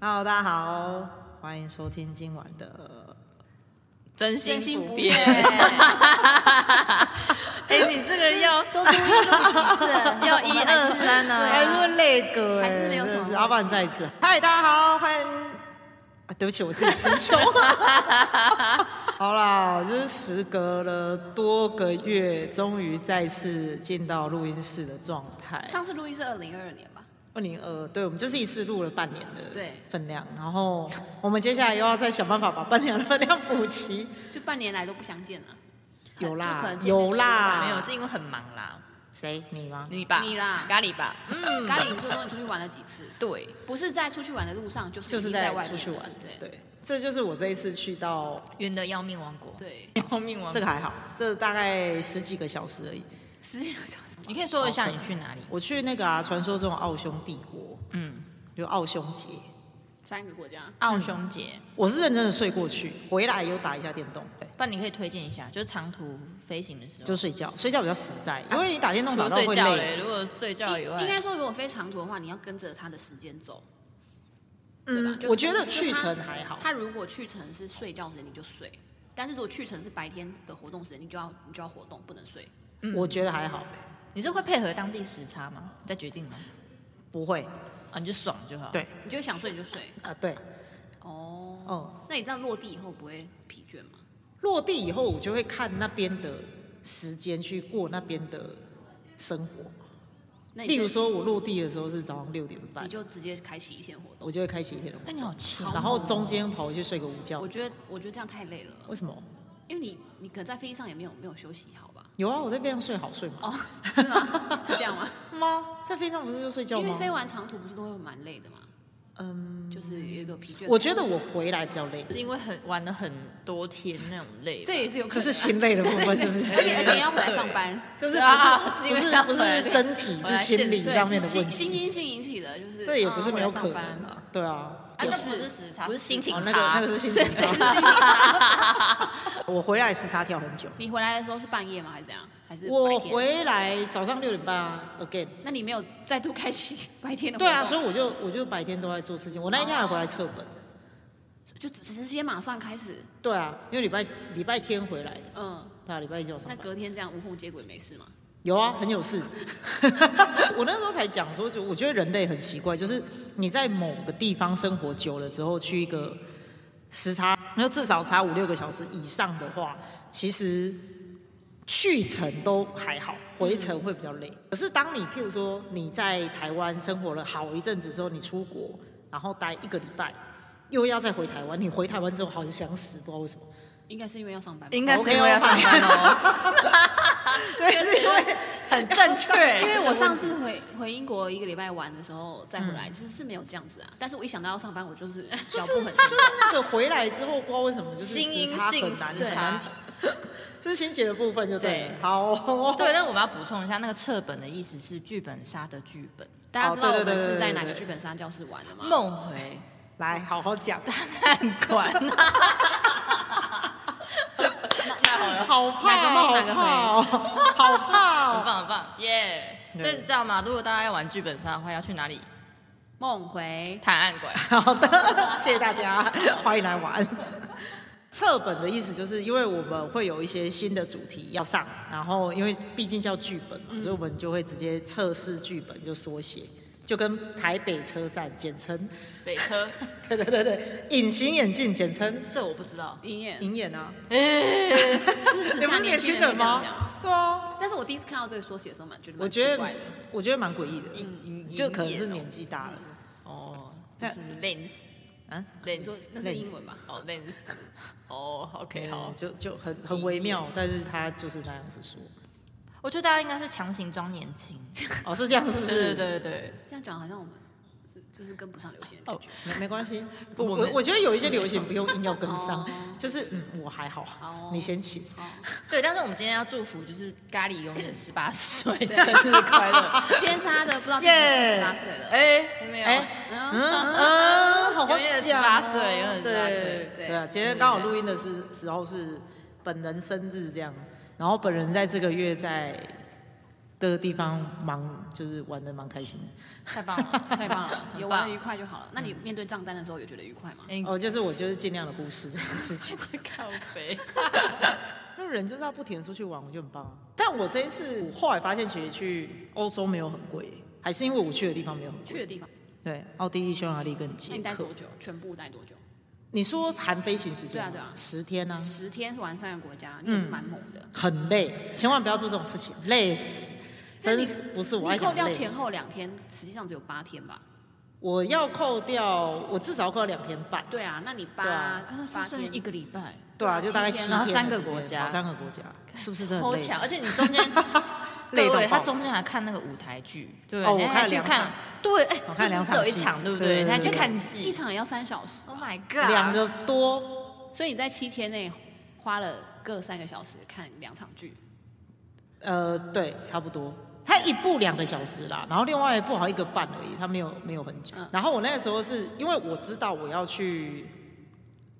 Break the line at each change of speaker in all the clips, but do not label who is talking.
Hello，大家好，欢迎收听今晚的。
真
真心
心
不
变
变。。
哎、你这个要？
都故意录几次
要一二三啊
还是
啊！
会累歌、欸，
还是没有什么
真的是要不然再一次。嗨，大家好，欢迎。啊，对不起，我自己词 穷。好啦，就是时隔了多个月，终于再次进到录音室的状态。
上次录音是二零二二年吧？
二零二，对，我们就是一次录了半年的
对
分量，然后我们接下来又要再想办法把半年的分量补齐。
就半年来都不相见了。
有啦
就可能见面
有啦，
吃
没有，是因为很忙啦。
谁你吗？
你吧，
你啦
咖喱吧。嗯
饭。咖喱，你说说你出去玩了几次？
对，
不是在出去玩的路上，就是
就
已
是
经
在
外面
出去玩
了，对
对，这就是我这一次去到
远的要命王国。，
对，
要命王
这
国。
个还好，这大概十几个小时而已。
十几个小时。
你可以说一下你去哪里？
我去那个啊，传说中的奥匈帝国，
嗯，
有奥匈节，
三个国家，
奥匈节。
我是认真的睡过去，回来又打一下电动，对，
不然你可以推荐一下，就是长途飞行的时候，
就睡觉，睡觉比较实在，
啊
因为你打电动
除
打
了
到
睡
会
觉
累。啊
嘞。如果睡觉以外，
应该说如果非常途的话，你要跟着他的时间走。对吧
嗯
就，是
我觉得
就是
去
他
程还好，
他如果去程是睡觉时间，你就睡；但是如果去程是白天的活动时间，你就要你就要活动，不能睡。
嗯
我觉得还好，
你是会配合当地时差吗？你再决定吗？
不会，
啊，你就爽就好。
对，
你就想睡你就睡。
啊，对，
哦。
哦。
那你这样落地以后不会疲倦吗？
落地以后，我就会看那边的时间去过那边的生活。
那你
例
就
如说，我落地的时候是早上六点半
你，就直接开启一天活动。
我就会开启一天的活
那你好气哦
动，然后中间跑回去睡个午觉
我。觉得我觉得这样太累了，
为什么？
因为你你可能在飞机上也没有没有休息好 吧？
有啊，我在飞上睡好睡吗？
哦， 是吗？是这样吗？
吗？在飞上不是就睡觉
因为
吗？
飞完长途不是都会蛮累的嘛，
嗯，
就是有一个疲倦感。
我觉得我回来比较累，
是因为很玩了很多天那种累吧。
这也是有可能啊，
这是心累的部 分，是不
而且而
是？
且要回来上班，
就是
啊
不
是因为
是
要
不是不
回来
是身体，
回
是
来
心理
现实
上面的问
心
题，
心因性引起的，就是
这也不是没有可
啊回来上
能
班
啊。对啊，
啊，那
就是
不是时差，
不是
心情
哦
差，
那个那个是 心情差。
心情差
我回来时差跳很久，
你回来的时候是半夜吗？还是怎样？还是
我
白天？
回来早上六点半啊，again。
那你没有再度开启 白天的活
对
动？
啊，所以我就我就白天都在做事情，我那一天还回来测本。
哦就直接马上开始，
对啊，因为礼拜礼拜天回来的，
嗯，
对啊，礼拜一就要上
那
班。
隔天这样无缝接轨没事吗？
有啊，很有事。 我那时候才讲说，就我觉得人类很奇怪，就是你在某个地方生活久了之后，去一个时差，那至少差五六个小时以上的话，其实去程都还好，回程会比较累。可是当你譬如说你在台湾生活了好一阵子之后，你出国，然后待一个礼拜。又要再回台湾，你回台湾之后好像想死，不知道为什么。
应该是因为要上班吧，
应该是因为要上班哦，
对，是因为
很正
因
确。
为我上次回回英国一个礼拜玩的时候再回来，
嗯
其实是没有这样子啊。但是我一想到要上班，我就是
就
脚
是
步
就
很
是
长。
那个回来之后，不知道为什么就是
心
时
因
差
性
很难
时
很
差
难，这是心结的部分就对了
对。
好哦，
对，但我们要补充一下，那个侧本的意思是剧本杀的剧本，
大家知道
哦对
我
对对
们
对
是在
对
哪个
对
剧本杀教室玩的吗？
梦回
来好好讲，
看 管。太好了，
好怕哦，
哪个回
好怕哦，好怕
很
哦。
棒很棒，耶！
对
所以你知道吗？如果大家要玩剧本杀的话，要去哪里？
梦回
探案馆。
好的，谢谢大家，欢迎来 玩。册本的意思就是，因为我们会有一些新的主题要上，然后因为毕竟叫剧本嘛，
嗯
所以我们就会直接测试剧本，就缩写，就跟台北车站简称，
北车，
对对对对，隐形眼镜简称
这我不知道。
营业，
银眼啊。
就是时
你不
下
是年轻
轻
人
人会这样
吗
讲？
对啊，
但是我第一次看到这个缩写的时候，蛮觉得
我
蛮
觉
奇
得
怪的。
我觉得蛮诡异的，
银
就可能是
银眼
年纪大了
哦，这是 lens
啊，
你说
lens
那是英文吧？
哦 lens 哦，OK 好
嗯。就就很很微妙，但是他就是那样子说，
我觉得大家应该是强行装年轻。
哦，是这样是不
对
是？
对对对
这样讲好像我们是就是跟不上流行的感
哦
觉。，
没没关系，
不
我
我们
我觉得有一些流行不用硬要跟上
哦，
就是嗯，我还好
哦，
你先起，
哦，
对，但是我们今天要祝福，就是咖喱永远十八岁生 日快乐。
今天是他的不知道第几次十八岁了。
哎，有没有？
哎，
嗯，
嗯嗯，好好
永远
讲，
18岁永远18岁
对
对
对啊，今天刚好录音的是时候是本人生日这样，然后本人在这个月在各个地方忙，就是玩的蛮开心的。
太 棒了！
太棒了，
很
有玩
棒
的愉快就好了。那你面对账单的时候有觉得愉快吗？
哎，
哦，就是我就是尽量的忽视这件事 情。
靠肥，
那人就是要不停的出去玩，我就很棒啊。但我这一次我后来发现，其实去欧洲没有很贵，还是因为我去的地方没有很
去
贵。
的地方，
对，奥地利、匈牙利跟
那
捷
哎你待
克
多。久？全部待多久？
你说含飞行时间吗？
对啊对啊
十天啊，
十天玩三个国家，你也是蛮猛的。
很累，千万不要做这种事情，累死。
那你
真是不是我爱
你扣
讲
掉
累，
前后两天，实际上只有八天吧？
我要扣掉，我至少要扣掉两天半。
对啊，那你
对
八
啊
发
八
生
天
一个礼拜，
对啊，就大概七天
七天
的
然后
时间，
三个国家
哦三个国家，是不是真的
好
很
巧！
累？啊
而且你 中间
累
各位
到爆
他中间还看那个舞台剧，对，
哦
你
我看
还
了
去
两
看
场，
对，哎
我看了两
不是只
场
有
戏
一场，对不
对对
对？
对
他去看
一
戏
场也要三小时，
，Oh my
两
god，
个多，
所以你在七天内花了各三个小时看两场剧，
呃，对，差不多。它一部两个小时啦，然后另外一部好像一个半而已，它没有没有很久。
嗯
然后我那个时候是因为我知道我要去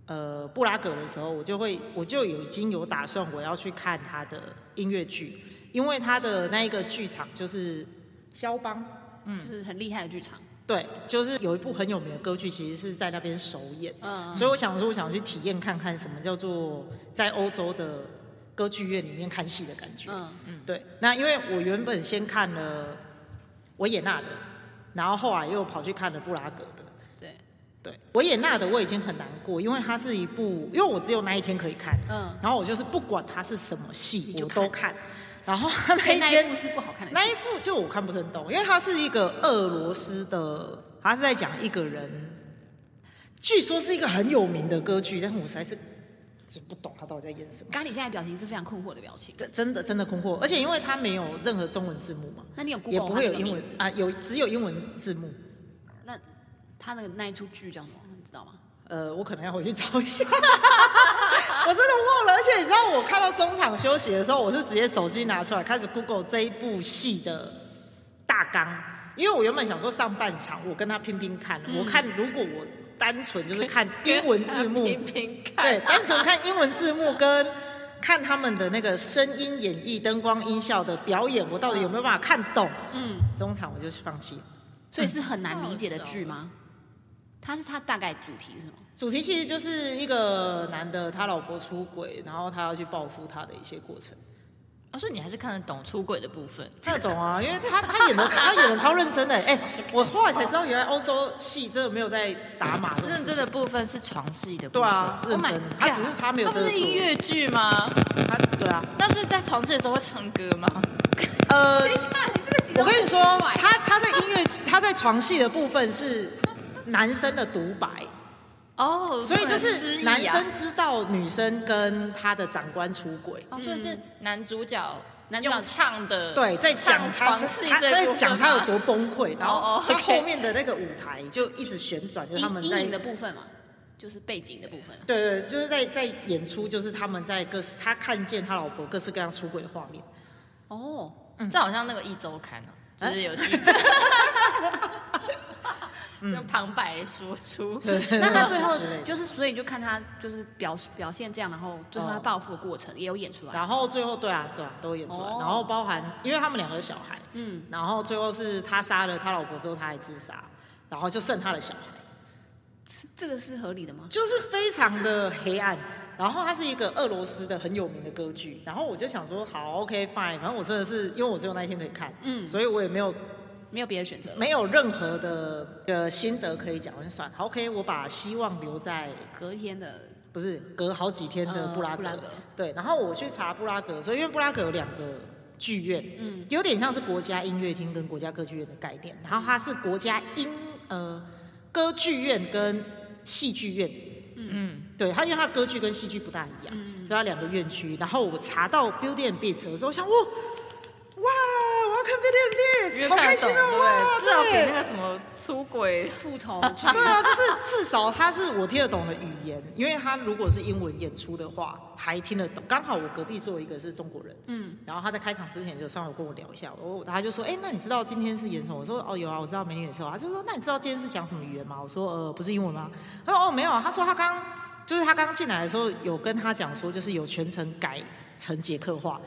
呃布拉格的时候，我就会我就有已经有打算我要去看他的音乐剧，因为他的那一个剧场就是肖邦，
就是很厉害的剧场。
对，就是有一部很有名的歌剧，其实是在那边首演。
嗯，
所以我想说，我想去体验看看什么叫做在欧洲的歌剧院里面看戏的感觉。
嗯，
对，那因为我原本先看了维也纳的，然后后来又跑去看了布拉格的。
对，
对，维也纳的我已经很难过，因为它是一部，因为我只有那一天可以看，
嗯，
然后我就是不管它是什么戏
你，就
我
看
都看。然 后那
所以
一
那一
天
部是不好看的
那
戏。
一部就我看不是很懂，因为它是一个俄罗斯的，它是在讲一个人，据说是一个很有名的歌剧，但是我实在是是不懂他到底在演什么。
咖喱现在表情是非常困惑的表情。
这真的真的困惑，而且因为它没有任何中文字幕嘛，
那你有 Google
也不会有英文
它那个名字
啊，有只有英文字幕。
那他那个那一出剧叫什么？
嗯
你知道吗？
呃，我可能要回去找一下， 我真的忘了。而且你知道，我看到中场休息的时候，我是直接手机拿出来开始 Google 这一部戏的大纲，因为我原本想说上半场我跟他拼拼看，我看如果我单纯就是看英文字幕，
频频
对，
看，
单纯看英文字幕跟看他们的那个声音演绎、灯光音效的表演，我到底有没有办法看懂？
嗯，
中场我就是放弃了。
所以是很难理解的剧吗？它是它大概主题是什么？
主题其实就是一个男的他老婆出轨，然后他要去报复他的一些过程。
我说哦你还是看得懂出轨的部分，
这懂啊，因为他他演的他演的超认真的，哎、我后来才知道原来欧洲戏真的没有在打码这种
认
事
真的
情。
部分是床戏的部
对
分，
啊，认
Oh my
真
god，，
他只是差没有
它
这
不
个
是
做
音。乐剧吗？
他对啊，
那是在床戏的时候会唱歌吗？
呃，
一下，你这个
我跟你说，他他在音乐他在床戏的部分是男生的独白，
哦，
所以就
不能失
是
忆
男
啊
生知道女生跟他的长官出轨，
哦，所以是男主角
男主角
用唱的，
对，在讲
上
他
床
是
戏
他
这
在
一部分
讲他有
吗
多崩溃，然
哦
后
哦
他
OK
后面的那个舞台就一直旋转，就是他们
阴
在
阴影的部分嘛，就是背景的部分。
对对，就是在在演出，就是他们在各式他看见他老婆各式各样出轨的画面。
哦，
这好像那个一周刊哦，就
哎
是有记 者，就旁白说出，
嗯
那他最后
之类的
就是，所以就看他就是表表现这样，然后最后他报复的过程也有演出来。
然后最后对啊对啊都演出来，
哦
然后包含因为他们两个有小孩，
嗯，
然后最后是他杀了他老婆之后他还自杀，然后就剩他的小孩，
是这个是合理的吗？
就是非常的黑暗。然后它是一个俄罗斯的很有名的歌剧，然后我就想说好 OK fine，反正我真的是因为我只有那一天可以看，
嗯
所以我也没有
没有别的选择了。
没有任何的呃心得可以讲，我就算了好 OK，我把希望留在
隔一天的
不是隔好几天的
呃
布拉格，
布拉格
对，然后我去查布拉格的时候，因为布拉格有两个剧院，
嗯，
有点像是国家音乐厅跟国家歌剧院的概念，然后它是国家音呃歌剧院跟戏剧院，
嗯，
对它因为它歌剧跟戏剧不大一样，
嗯
所以它两个院区。然后我查到 Beauty and Beats 的时候，我想哇哇，我要看 Beauty
因
and
为
Beats，好
看
开
得
心
懂，
哦，哇，
对，至少比
对
那个什么出轨，
复仇剧，
对啊，就是至少它是我听得懂的语言，因为它如果是英文演出的话，还听得懂。刚好我隔壁坐一个是中国人，
嗯，
然后他在开场之前就稍微跟我聊一下，我他就说，哎、那你知道今天是演什么？我说，哦，有啊，我知道《美女与野兽》啊。他就说，那你知道今天是讲什么语言吗？我说，呃，不是英文吗？他说，哦，没有啊。他说他刚就是他刚进来的时候有跟他讲说，就是有全程改成捷克话。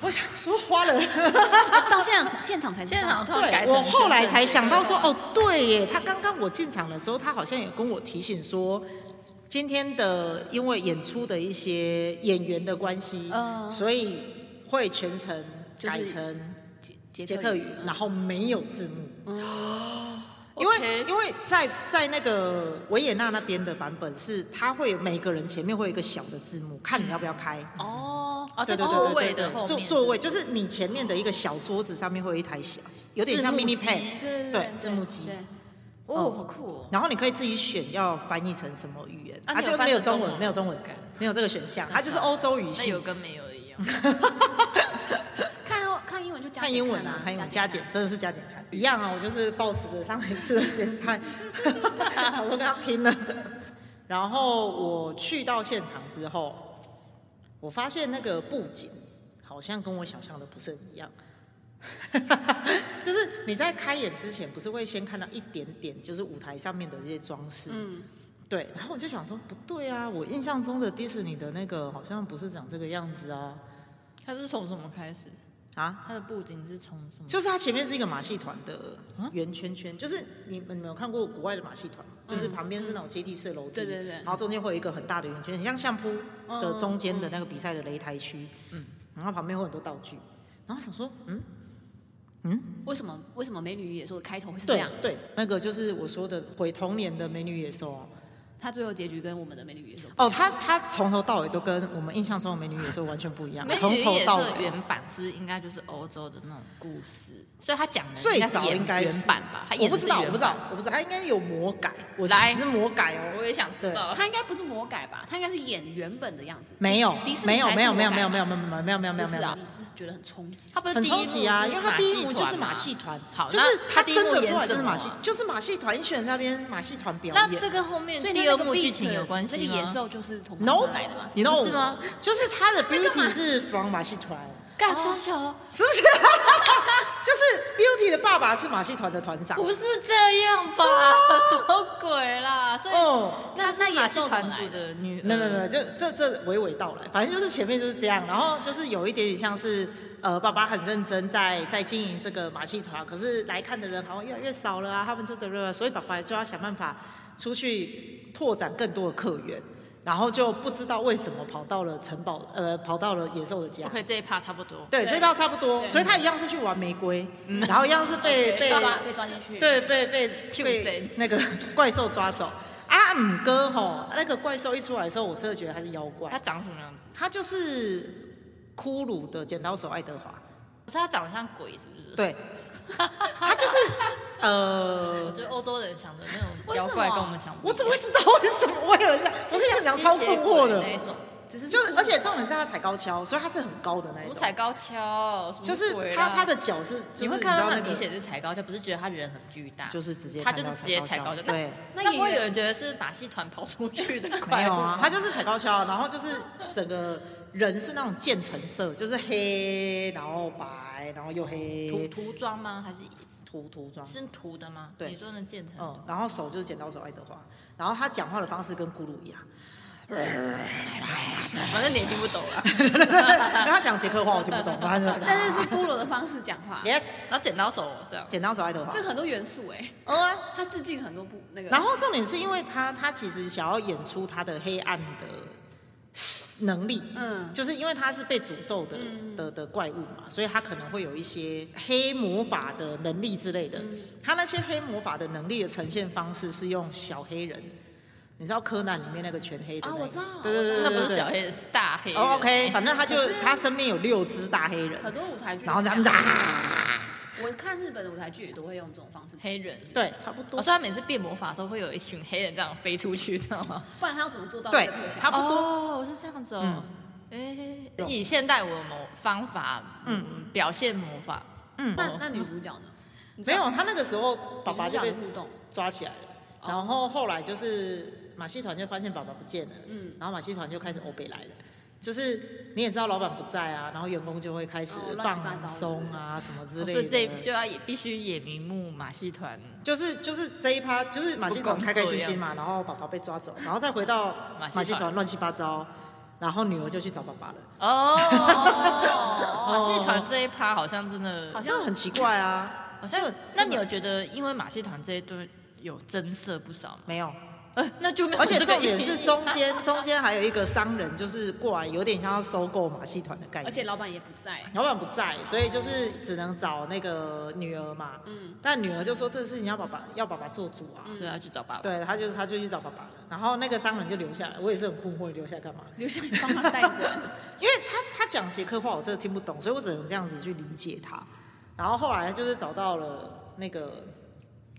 我想说花了，
啊到现场现场才知道
现场突然改
对
成
我后来才想到说，
纠正
哦，对耶，他刚刚我进场的时候，他好像也跟我提醒说，今天的因为演出的一些演员的关系，
嗯
所以会全程
就是
改成
捷
捷
捷
克
克
语，
嗯
然后没有字幕。因为
OK
因为在在那个维也纳那边的版本是，它会有每个人前面会有一个小的字幕，看你要不要开。
哦哦，
对
在
对
座
对
位
对
的
对，
后
座
面
座位就是你前面的一个小桌子上面会有一台小，有点像
字幕
mini
机
pad，
对
对
对，
字幕机
对，
哦
哦，好酷哦。
然后你可以自己选要翻译成什么语言，
啊
啊，
你有
就
翻
没有
成中
中文，
文
没有中文，没有这个选项，它就是欧洲语
那
系
有。跟没有一样，
嗯
看看英文就加减
看英文啊
啊，，
看英文加
加减
减
看
真的是加减看一样啊，我就是抱持着上一次的心态，想说跟他拼了。然后我去到现场之后，我发现那个布景好像跟我想象的不是很一样。 就是你在开演之前，不是会先看到一点点，就是舞台上面的这些装饰，
嗯，
对。然后我就想说，不对啊，我印象中的迪士尼的那个好像不是长这个样子啊
它是从什么开始？
啊！
它的布景是从什么？
就是它前面是一个马戏团的
嗯
啊
圆圈圈，就是你们你们有看过国外的马戏团吗，就是旁边是那种阶梯式的楼梯，
嗯对对对嗯
然后中间会有一个很大的圆圈，很像相扑的中间的那个比赛的擂台区，
嗯，
然后旁边会有很多道具，然后想说，嗯，
为什么为什么美女与野兽的开头会是这
对
样？
对，那个就是我说的毁童年的美女野兽啊，
它最后结局跟我们的美女与野兽
哦，他他从头到尾都跟我们印象中的美女野兽完全不一样，
美
从
女与
头
野
到
兽的
尾，啊
原版是不是应该就是欧洲的那种故事？所以他讲的
最
应该是
早
演
应该
原
是
版吧？他
我
演
不
的
知
是
道我
原
不知道
版，
我不知道，他应该有魔改，我是
来
是魔改哦，
我也想知道。
他应该不是魔改吧？他应该是演原本的样子。
没有
迪士，尼
没有，
才是
没有，没有，
魔
没
改
有，没
吧
有，没有，没有，没有，没有，没
不
有，
是
没有
啊，，你是觉得很冲击。
他不是
很
第一
冲
幕
击啊，
是
因为他
马
第
戏
一幕就是
团
马
嘛
戏团，
好
就
那
是
他第一
真
幕
的
演
出来就
什
是
么
马戏
啊，
就是马戏团一群人在那边马戏团表
那
演
这。跟后面
所以
第
那
二
个
幕
beast，
剧情有关系
那个
吗
野？兽就是从那
No
来的嘛。
也不是吗
no，就是他的
那干嘛
beauty 是 from 马戏团，
干啥
哦
小？
是不是？就是 beauty 的爸爸是马戏团的团长。
不是这样吧？什么鬼啦？所以
哦，
那
那是
野
马戏
兽怎
团
么来
组的女呃儿，
没有没有没有，就这这娓娓道来，反正就是前面就是这样，然后就是有一点点像是呃，爸爸很认真在在经营这个马戏团，可是来看的人好像越来越少了啊，他们就怎么样，所以爸爸就要想办法出去拓展更多的客源，然后就不知道为什么跑到了城堡，呃，跑到了野兽的家。
OK，这一趴差不多。
对，这票差不多，
对
所以他一样是去玩玫瑰，然后一样是 被被
被抓被抓进去。，
对，被 被
庆
被
贼
那个怪兽抓走。阿姆哥吼，那个怪兽一出来的时候，我真的觉得他是妖
她
怪，
长什么样子？
他就是骷髅的剪刀手爱德华，
可是她长得像鬼，是不是？，
对，他就是
我
呃，
觉得欧洲人想的那种
为什
妖
么
怪跟我们想不一样，
我怎么会知道为什么我有这样？我跟你讲，超困惑
的
的
那，一种，
只是
就是而且重点是他踩高跷，所以他是很高的那
什
一
么
种，
踩高跷，什么
就是
鬼
他
啦
他的脚是，就是
你会
知
看
道
到他
那
很
个
明显是踩高跷，不是觉得他人很巨大，
就是直接
他
看
就是
到
直接踩高
高
跷。那
对。
那
那
不会
也
有人觉得是马戏团跑出 去的
没
怪
有
物
啊，
吗
他就是踩高跷，然后就是整个人是那种渐层色，就是黑，然后白，然后又
涂
黑，
涂装吗？还是
涂涂妆，
是涂的吗？
嗯对
你说的建成
嗯，然后手就是剪刀手爱德华，然后他讲话的方式跟咕噜一样，
反正你也听不懂啊。
然后他讲捷克话我听不懂，然后他就
但是是骷髅的方式讲话，
yes
然后剪刀手哦这样，
剪刀手爱德华
这，个很多元素哎，
嗯啊，
他致敬很多部那个。
然后重点是因为他他其实想要演出他的黑暗的能力，
嗯，
就是因为他是被诅咒的
嗯
的的怪物嘛，所以他可能会有一些黑魔法的能力之类的。
嗯
他那些黑魔法的能力的呈现方式是用小黑人，你知道柯南里面那个全黑的
啊
那个
我知道
对对对对
那不是小。
对
黑人，是大黑人。
哦，OK，反正他就
可是
他身边有六只大黑人，
很多舞台剧。
然后他们啊，
我看日本的舞台剧也都会用这种方式，
黑人。
对，差不
我
哦
多，
说他每次变魔法的时候，会有一群黑人这样飞出去，知道吗？
不然他要怎么做到这
对
个特，效？
差不多。嗯
哦，是这样子哦。哎，以现代我魔方法，嗯，表现魔法，
嗯，
那那女主角呢？你知
没
道
有，他那个时候爸爸就被
你是哦不是想互动
抓起来了，然后后来就是马戏团就发现爸爸不见了，
嗯
然后马戏团就开始欧北来了。就是你也知道老板不在啊，然后员工就会开始
哦乱七八糟
放松啊什么之
哦所
类
以这
的。
就要也必须也名目马戏团
就是就是这一趴，就是马戏团开开心心嘛，然后爸爸被抓走，然后再回到
马戏团
马戏团乱七八糟，然后女儿就去找爸爸了，
哦，马戏团这一趴好像真的，
好
这样
像
很奇怪啊。
好像
这个。
那你有觉得，因为马戏团这一堆有增色不少吗？
没有，
呃，那就没有
而且
这个
重点
意义
是中间中间还有一个商人，就是过来有点像要收购马戏团的概念，
而且老板也不在，
老板不在，所以就是只能找那个女儿嘛。
嗯，
但女儿就说这个事情要爸爸要爸爸做主啊，
所以要去找爸爸。
对他就是他就去找爸爸了，然后那个商人就留下来，我也是很困惑，你留下来干嘛？
留下来帮他代管。
因为他他讲捷克话我真的听不懂，所以我只能这样子去理解他。然后后来就是找到了那个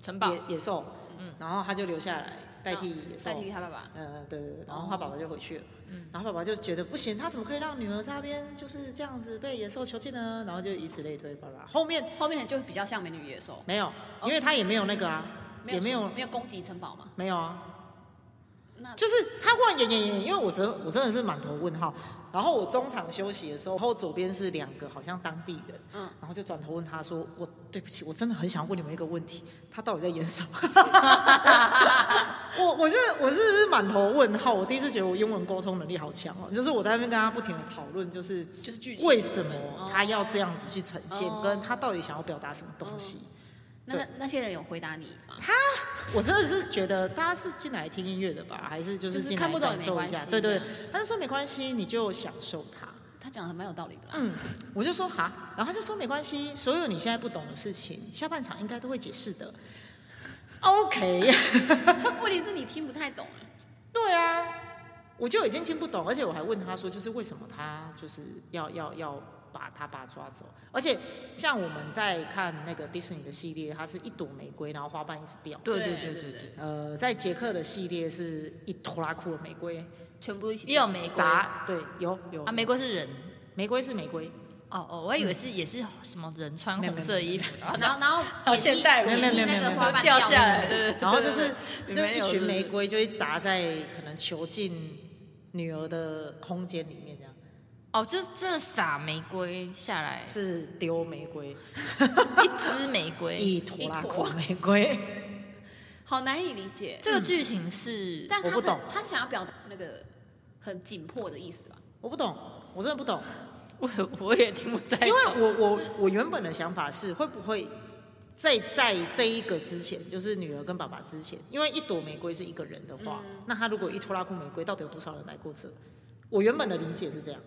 城堡
野野兽，
嗯
然后他就留下来 代替野兽
代，替他爸爸，
嗯对对对，然后他爸爸就回去了，
嗯
然后爸爸就觉得不行，他怎么可以让女儿在那边就是这样子被野兽囚禁呢？然后就以此类推，巴拉。后面
后面就比较像美女与野兽，
没有，
哦
因为他也没有那个啊，也没有
没有攻击城堡嘛？
没有啊，
那
就是他忽然演演演，因为我真我真的是满头问号。然后我中场休息的时候，然后左边是两个好像当地人，
嗯，
然后就转头问他说：“我对不起，我真的很想问你们一个问题，他到底在演什么？”我我是我是是满头问号，我第一次觉得我英文沟通能力好强哦，就是我在那边跟他不停的讨论，就是
就是剧情
为什
部
么
分哦
他要这样子去呈现，
哦
跟他到底想要表达什么东西。
那那那些人有回答你吗？
我真的是觉得大家是进来听音乐的吧，还是就是
就是
进来
看不懂
感
也没
受一
关
下？
系
对对
这样，
他就说没关系，你就享受它。
他讲的蛮有道理的啦。
嗯，我就说哈，然后他就说没关系，所有你现在不懂的事情，下半场应该都会解释的。OK，
问题是你听不太懂啊，
对啊，我就已经听不懂，而且我还问他说，就是为什么他就是要要要把他爸抓走？而且像我们在看那个迪士尼的系列，它是一朵玫瑰，然后花瓣一直掉。
对
对对
对
对
对，
呃，在捷克的系列是一拖拉库的玫瑰，
全部一起
也有玫瑰
杂
啊，
对有有
玫瑰是人。
玫瑰是玫 瑰，
哦哦，我以为是也是什么人穿红色衣服，然后
然后然后
啊好
演
现代舞
演绎那个花瓣
掉下来，
的
对，对
然后就是
对
啊就是
对对
一群玫
对
瑰就会砸在可能囚禁女儿的空间里面，这样
哦，就是这撒玫瑰下来，
是丢玫瑰，
一支玫瑰。
一拖拉
一
库
坨
玫瑰，
好难以理解。
这个剧情是，
但他
我不懂
很他想要表达那个很紧迫的意思吧？
我不懂，我真的不 懂，
我我也听不太懂，
因为我我我原本的想法是会不会。在在这一个之前，就是女儿跟爸爸之前，因为一朵玫瑰是一个人的话，
嗯
那他如果一拖拉库玫瑰，到底有多少人来过这？我原本的理解是这样，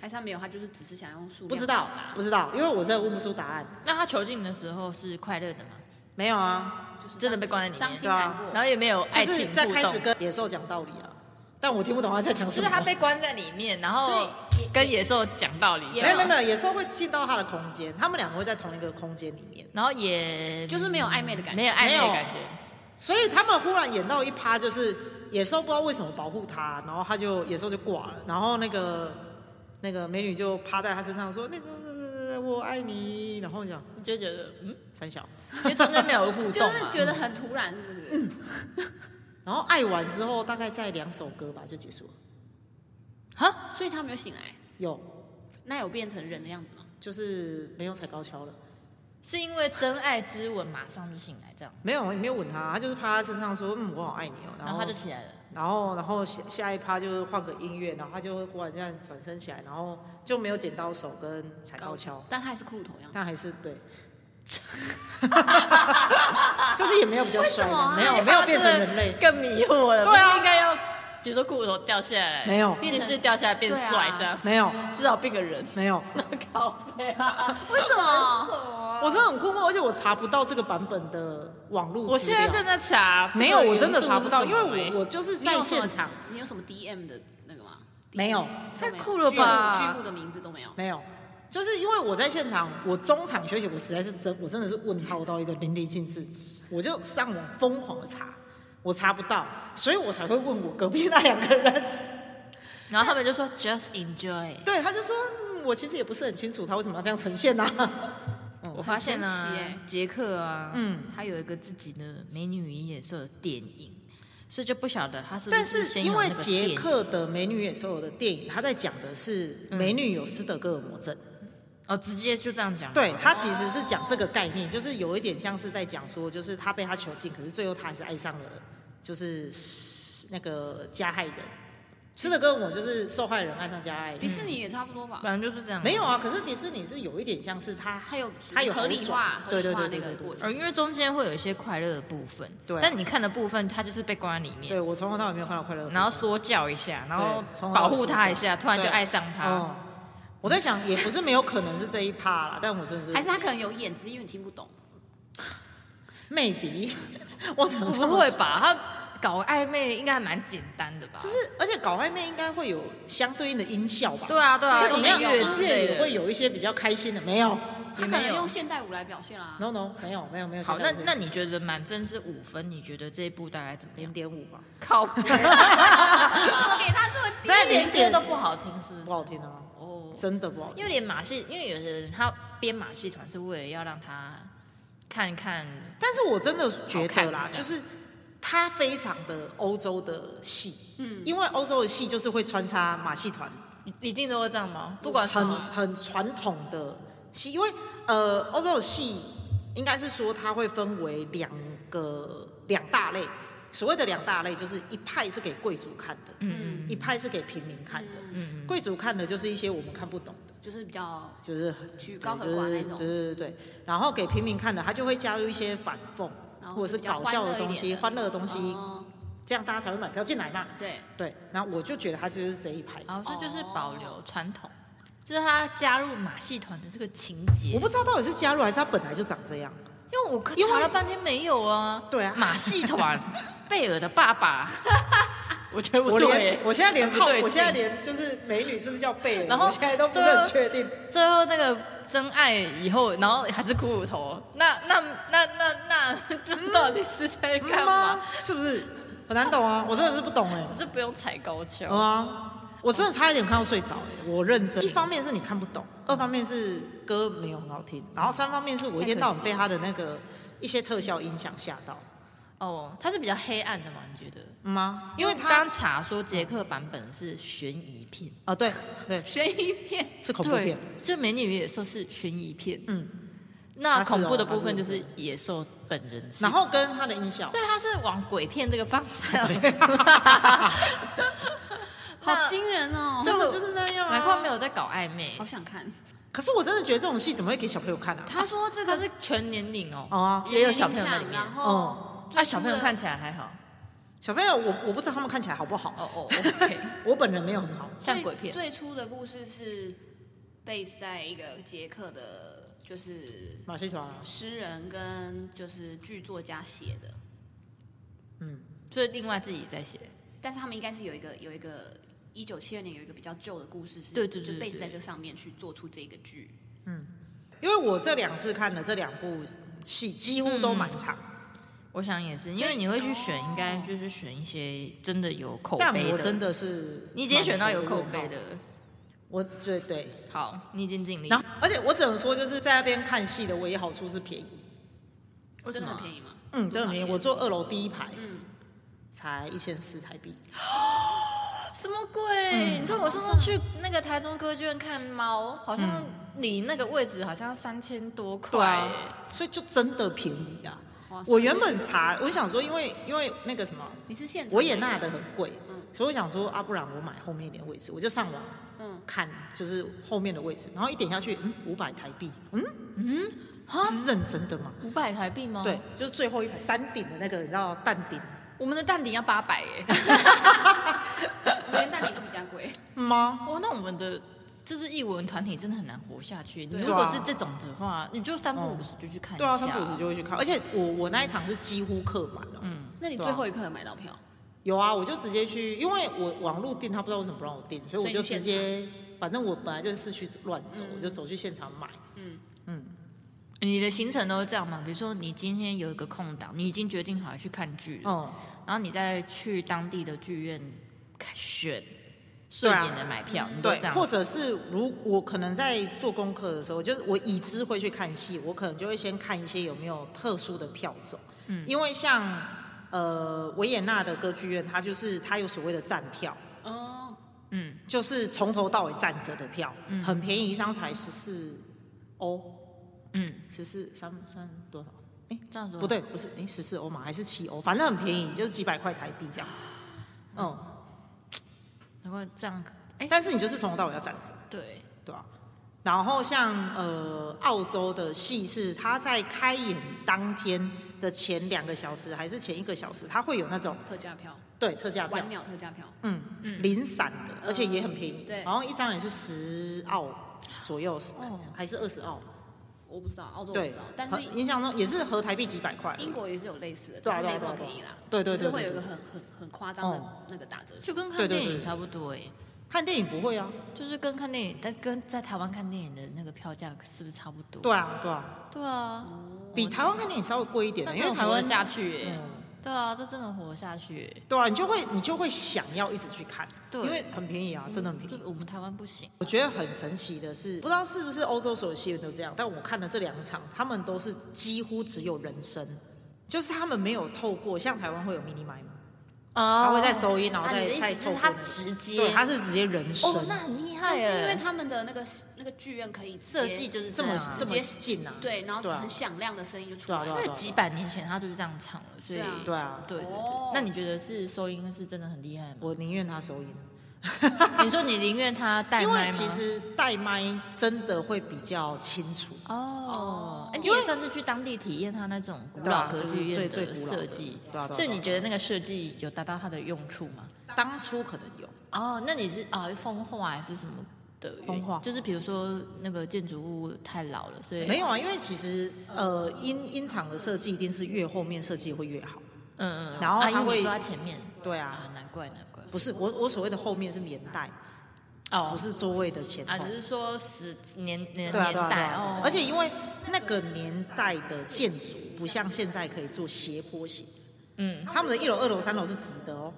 还是他没有，他就是只是想用数量
不知道
表达
不知道，因为我真的问不出答案。
那他囚禁的时候是快乐的嘛？
没有啊，
就是
真的被
伤心
关在里面
伤心
对啊
难过，
然后也没有
就
爱
是
情
在
互
开始
动，
跟野兽讲道理啊，但我听不懂他在讲什
就
么。
是他被关在里面，然后哦
所以也
跟野兽讲道理，
也
没有没有没有，野兽会进到他的空间，他们两个会在同一个空间里面，
然后也
就是没有暧昧的感觉，
没有暧昧
没
的
有
感觉，
所以他们忽然演到一趴，就是野兽不知道为什么保护他，然后他就野兽就挂了，然后那个那个美女就趴在他身上说那个我爱你，然后讲
你就觉得嗯，
三小，
因为中间没有互
就
动
是
嘛，嗯
觉得很突然，是不是？
然后爱完之后大概在两首歌吧就结束了，
哈，
所以他没有醒来，
有
那有变成人的样子吗？
就是没有踩高跷了。
是因为真爱之吻马上就醒来这样，
没有，也没有吻他，他就是趴在他身上说：“嗯，我好爱你哦。”然
然
后
后他就起来了，
然后，然后下下一趴就是换个音乐，然后他就忽然这样转身起来，然后就没有剪刀手跟踩高跷，
但他还是骷髅头样子。
但还是 对，就是也没有比较帅
为什么
的，
啊
没哦有没
哎
有变成人类，
更迷惑了，
对啊
不是应该要比如说裤头掉下来，
没有啊
面具掉下来变帅这样，
没有
至少变个 人，
没有，
靠背啊，
为什么？
我真的很困惑，而且我查不到这个版本的网络
我
资
现
料
在正在查，
没有，我真的查不到，因为
我
我我就是
欸你
在
有什么
现场，
你有什么 DM 的那个吗？
没有
太酷了吧
剧目的名字都没有。
没有。就是因为我在现场，我中场休息，我实在是真，我真的是问号到一个淋漓尽致，我就上网疯狂的查，我查不到，所以我才会问我隔壁那两个人。
然后他们就说 just enjoy。
对，他就说、嗯我其实也不是很清楚他为什么要这样呈现呐、啊
我发现
很
啊
神奇耶，
杰克啊，
嗯
嗯，他有一个自己的《美女与野兽》的电影，所以就不晓得他是不
但
先
是
有
因
那
为
个电
捷
影
克的《美女与野兽》的电影，他在讲的是
嗯
美女有斯德哥尔摩症，
哦，直接就这样讲，
对，他其实是讲这个概念，就是有一点像是在讲说，就是他被他囚禁，可是最后他还是爱上了，就是那个加害人。吃的跟我就是受害人爱上加害人
迪，士尼也差不多吧，
反正就是这样。
没有啊。可是迪士尼是有一点像是它
它有
它有
合理化
好转
合理化
对对对
那
对
个
对
过
呃，
程，
因为中间会有一些快乐的部分，
对啊
但你看的部分，它就是被关在里面，
对我从头到尾没有看到快乐的。
然后说教一下，然后
对从头到
保
尾
护他一下，
说教
突然就
对
爱上他。
哦，我在想也不是没有可能是这一趴啦，但我真的是
还是他可能有演，只是因为你听不懂。
魅力，我只能这么
不会
说？
吧？他搞暧昧应该还蛮简单的吧？
就是而且搞暧昧应该会有相对应的音效吧？
对啊，对啊，
这怎么样？
音乐
音
之
乐
类
也
的
会。有一些比较开心的，没有
他可
没
能
有
用现代舞来表现啦。
？No No，没有没有没有。
好，
现在
那
不是
那你觉得满分是五分？你觉得这一部大概怎么
零
样？
点五吧，
靠 谱，
怎么给他这么低？
这连歌都不好听，是不
不
是？
好听啊，
哦，
真的不好听。
因为连马戏，因为有些人他编马戏团是为了要让他看看，
但是我真的觉得
好
啦
看，
就是它非常的欧洲的戏，
嗯，
因为欧洲的戏就是会穿插马戏团，
一定都会这样吗？不管什
很
么，
很传统的戏，因为呃，欧洲的戏应该是说它会分为两个两大类，所谓的两大类就是一派是给贵族看的，
嗯
一派是给平民看的。
嗯，
嗯嗯
贵族看的就是一些我们看不懂的，
就是比较
就是
曲
对
高和寡那种
就是对对对对。然后给平民看的，他就会加入一些反讽
然后
或者
是
是搞笑的东西、欢乐的东西，
哦
这样大家才会买票进来嘛。
对，
对，那我就觉得他就是这一派。
好，这就是保
哦
留传统，就是他加入马戏团的这个情节
我。不知道到底是加入还是他本来就长这样。
因为我
因为
查了半天没有啊。
对啊
马戏团，贝尔的爸爸，我觉得 不
我
对
连。我现在连
不
号，
对
我现在
劲
连就是美女是不是叫贝尔，
然后
我现在都不是很确定。
最后那个真爱以后，然后还是骷髅头，那那那那那那 到底是在干嘛？？
是不是很难懂啊？我真的是不懂哎、
只是不用踩高跷。
有啊，我真的差一点看到睡着哎、我认真。一方面是你看不懂，二方面是歌没有很好听，然后三方面是我一天到晚被他的那个一些特效音响吓到，
哦，它是比较黑暗的嘛？你觉得？
嗯吗？因为
他
他
刚查说捷克版本是悬疑片，
啊，对对，
悬疑片，
是恐怖片，，
就《美女与野兽》是悬疑片，
嗯，
那
它是
恐怖
哦
的
它
部
是
分就
恐怖
是野兽本人是。
然后跟他的音效，
对，它是往鬼片这个方向。
好惊人哦！
真的就是那样啊，
难怪没有在搞暧昧
好，想看。
可是我真的觉得这种戏怎么会给小朋友看啊？
他说这
它
个
是全年龄哦，
哦啊
也有小朋友在里面
然。
哦
后
那小朋友看起来还好，
小朋友，我我不知道他们看起来好不好，
哦哦，OK，
我本人没有很好。
最
像鬼片。
最初的故事是 base 在一个捷克的，就是
马戏团啊，
诗人跟就是剧作家写的，
嗯，
所以另外自己在写，
但是他们应该是有一个有一个一九七二年有一个比较旧的故事是，
对对对
就
对
base 在这上面去做出这个剧。
因为我这两次看了这两部戏，几乎都蛮长，
我想也是，因为你会去选，应该就是选一些真的有口
哦但
碑
我
的。
真的是
你已经选到有口
蛮
碑
头的问号，
的，
我对对。
好，你已经尽力
然。后，而且我只能说，就是在那边看戏的唯一好处是便宜，
为
真
什
的
么啊
很？便宜吗？
嗯，
多
真
少
的便宜。
钱
我坐二楼第一排
嗯，
才一千四台币，
什么鬼？你知道我上次去那个台中歌剧院看猫，好像你那个位置好像三千多块、欸，
所以就真的便宜啊
划算。
我原本查，我想说，因为因为那个什么
你是现场
维也纳的很贵，
嗯
所以我想说，啊，不然我买后面一点位置，我就上网
嗯，
看就是后面的位置，然后一点下去，嗯，五百台币，嗯，
哈
是认真的吗？
五百台币吗？
对，，就是最后一排山顶的那个，你知道蛋顶
我们的蛋顶要八百耶。
我连蛋饼都比较 贵。
吗？
哦，那我们的就是艺文团体真的很难活下去。你
对啊
如果是这种的话，你就三不五十就去看一
对
下。
啊，他们不是就会去看，而且我我那一场是几乎客满了。
嗯，
那你
对啊
最后一刻有买到票？
有啊，我就直接去，因为我网络订，他不知道为什么不让我订，所以我
所以
就
你去
直
现
接，反正我本来就是市区乱走，
嗯
我就走去现场买。
嗯，
嗯，
你的行程都是这样吗？比如说你今天有一个空档，你已经决定好要去看剧了，
哦、
然后你再去当地的剧院看选顺眼的买票，你都
啊对
这，样
或。者是如我可能在做功课的时候，就是我已知会去看戏，我可能就会先看一些有没有特殊的票种，
嗯
因为像呃维也纳的歌剧院，它就是它有所谓的站票，
哦，
嗯，
就是从头到尾站着的票，
嗯
很便宜，一张才十四欧，
嗯，
十四三三多少？
这样说
不，对，不是，哎，十四欧嘛，还是七欧，反正很便宜，就是几百块台币这样。嗯，
然后这样，哎、
嗯但是你就是从头到尾要站着，
对，
对吧、然后像呃澳洲的戏是，它在开演当天的前两个小时还是前一个小时，它会有那种
特价票，
对特价票
晚，鸟特价票，
嗯
嗯
零散的，而且也很便宜，
对
好像一张也是十澳左右，
哦
还是二十澳，
我不知道，澳洲我不
对
知道，，但
和
是
印象中也是合台币几百块，啊
英国也是有类似的，只
对啊
是
对啊
没这么
对啊
便宜啦，
对对对
只是会
对
有一个
对
很很很夸张的
哦
那个打折
就
数。
跟
对
看
对
电
对
影
对
差不多哎、
看电影不会啊，
就是跟看电影，但跟在台湾看电影的那个票价是不是差不多？
对啊对啊，
对啊，
比台湾看电影稍微贵一点
这
的，
真
因为
的
台
活
湾
得下去哎、
嗯
对啊，这真的活得下去哎、
对啊，你就会你就会想要一直去看，
对嗯
因为很便宜啊，真的很便宜
就。我们台湾不行，
我觉得很神奇的是，不知道是不是欧洲所有戏院都这样，但我看了这两场，他们都是几乎只有人声，就是他们没有透过像台湾会有 mini 麦嘛，
哦
他会再收音，然后
啊，
再
你的
再
意思
透
是
过
他
那个
直接
对，他是直接人声，
哦，那很厉
但
害
是
哎，
因为他们的那个那个剧院可以直
设
接
计就是
这么
样啊
这
直
么
接
近啊，
对，然后
对啊
很响亮的声音就出来
对啊
了
对。
那几百年前他就是这样唱了，所以
对啊
对啊，
对对
哦
对。那你觉得是收音是真的很厉害吗？
我宁愿他收音，
你说你宁愿他带
因
麦
为
吗？
其实带麦真的会比较清楚，
哦，哎你
因为
也算是去当地体验他那种古
对啊
老歌剧院
就是最
的
最古老的
设计
对啊对啊对啊，
所以你觉得那个设计有达到它的用处吗？
当初可能有，
哦，那你是啊风化还是什么的原因？
风化
就是比如说那个建筑物太老了，所以
没有啊，因为其实呃音音场的设计一定是越后面设计会越好，
嗯嗯，嗯
然后它
啊因为
会
你说它前面
对啊，
啊，难怪难怪
不是我我所谓的后面是年代，
哦
不是座位的前
啊，
后
只。是说十年年
哦对啊，
年
对啊，对
代
啊
哦，
而且因为那个年代的建筑不像现在可以做斜坡型，
嗯，
他们的一楼、二楼、三楼是直的哦，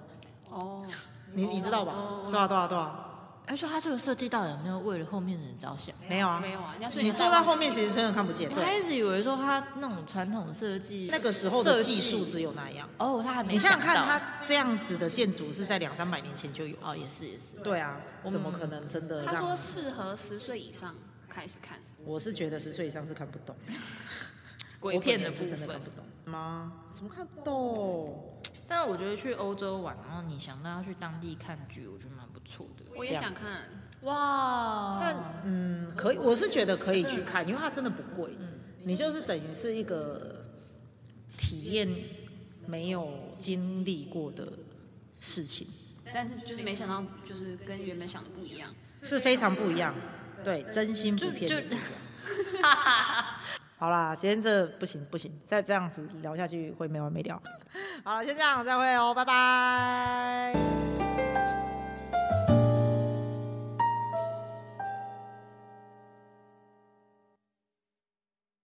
哦，
你你知道吧？对啊，对啊，对啊，
而且他这个设计到底有没有为了后面的人着想？
没有啊
没，有啊，人家所以
你坐
在
在后面其实真的看不见，
我还
对，
一直以为说他那种传统设计，
那个时候的技术只有那样。
哦，他还没
你想想看，
到
它这样子的建筑是在两三百年前就有，
哦，也是也是，
对啊，怎么可能真的
他
让
说？适合十岁以上开始看
我是觉得十岁以上是看不懂，
鬼片
我可
的
能
部
是真的
分哦
看。不懂吗？怎么看得懂？
但是我觉得去欧洲玩，然后你想到要去当地看剧，我觉得蛮不错的。
我也
这样
想看，
哇，
但嗯，可以，我是觉得可以去看，因为它真的不贵。
嗯
你就是等于是一个体验没有经历过的事情，
但是就是没想到，就是跟原本想的不一样。
是非常不一样。对，真心不骗你。好啦，今天这不行不行， 再这样子聊下去会没完没了。好了，先这样，再会哦，拜拜。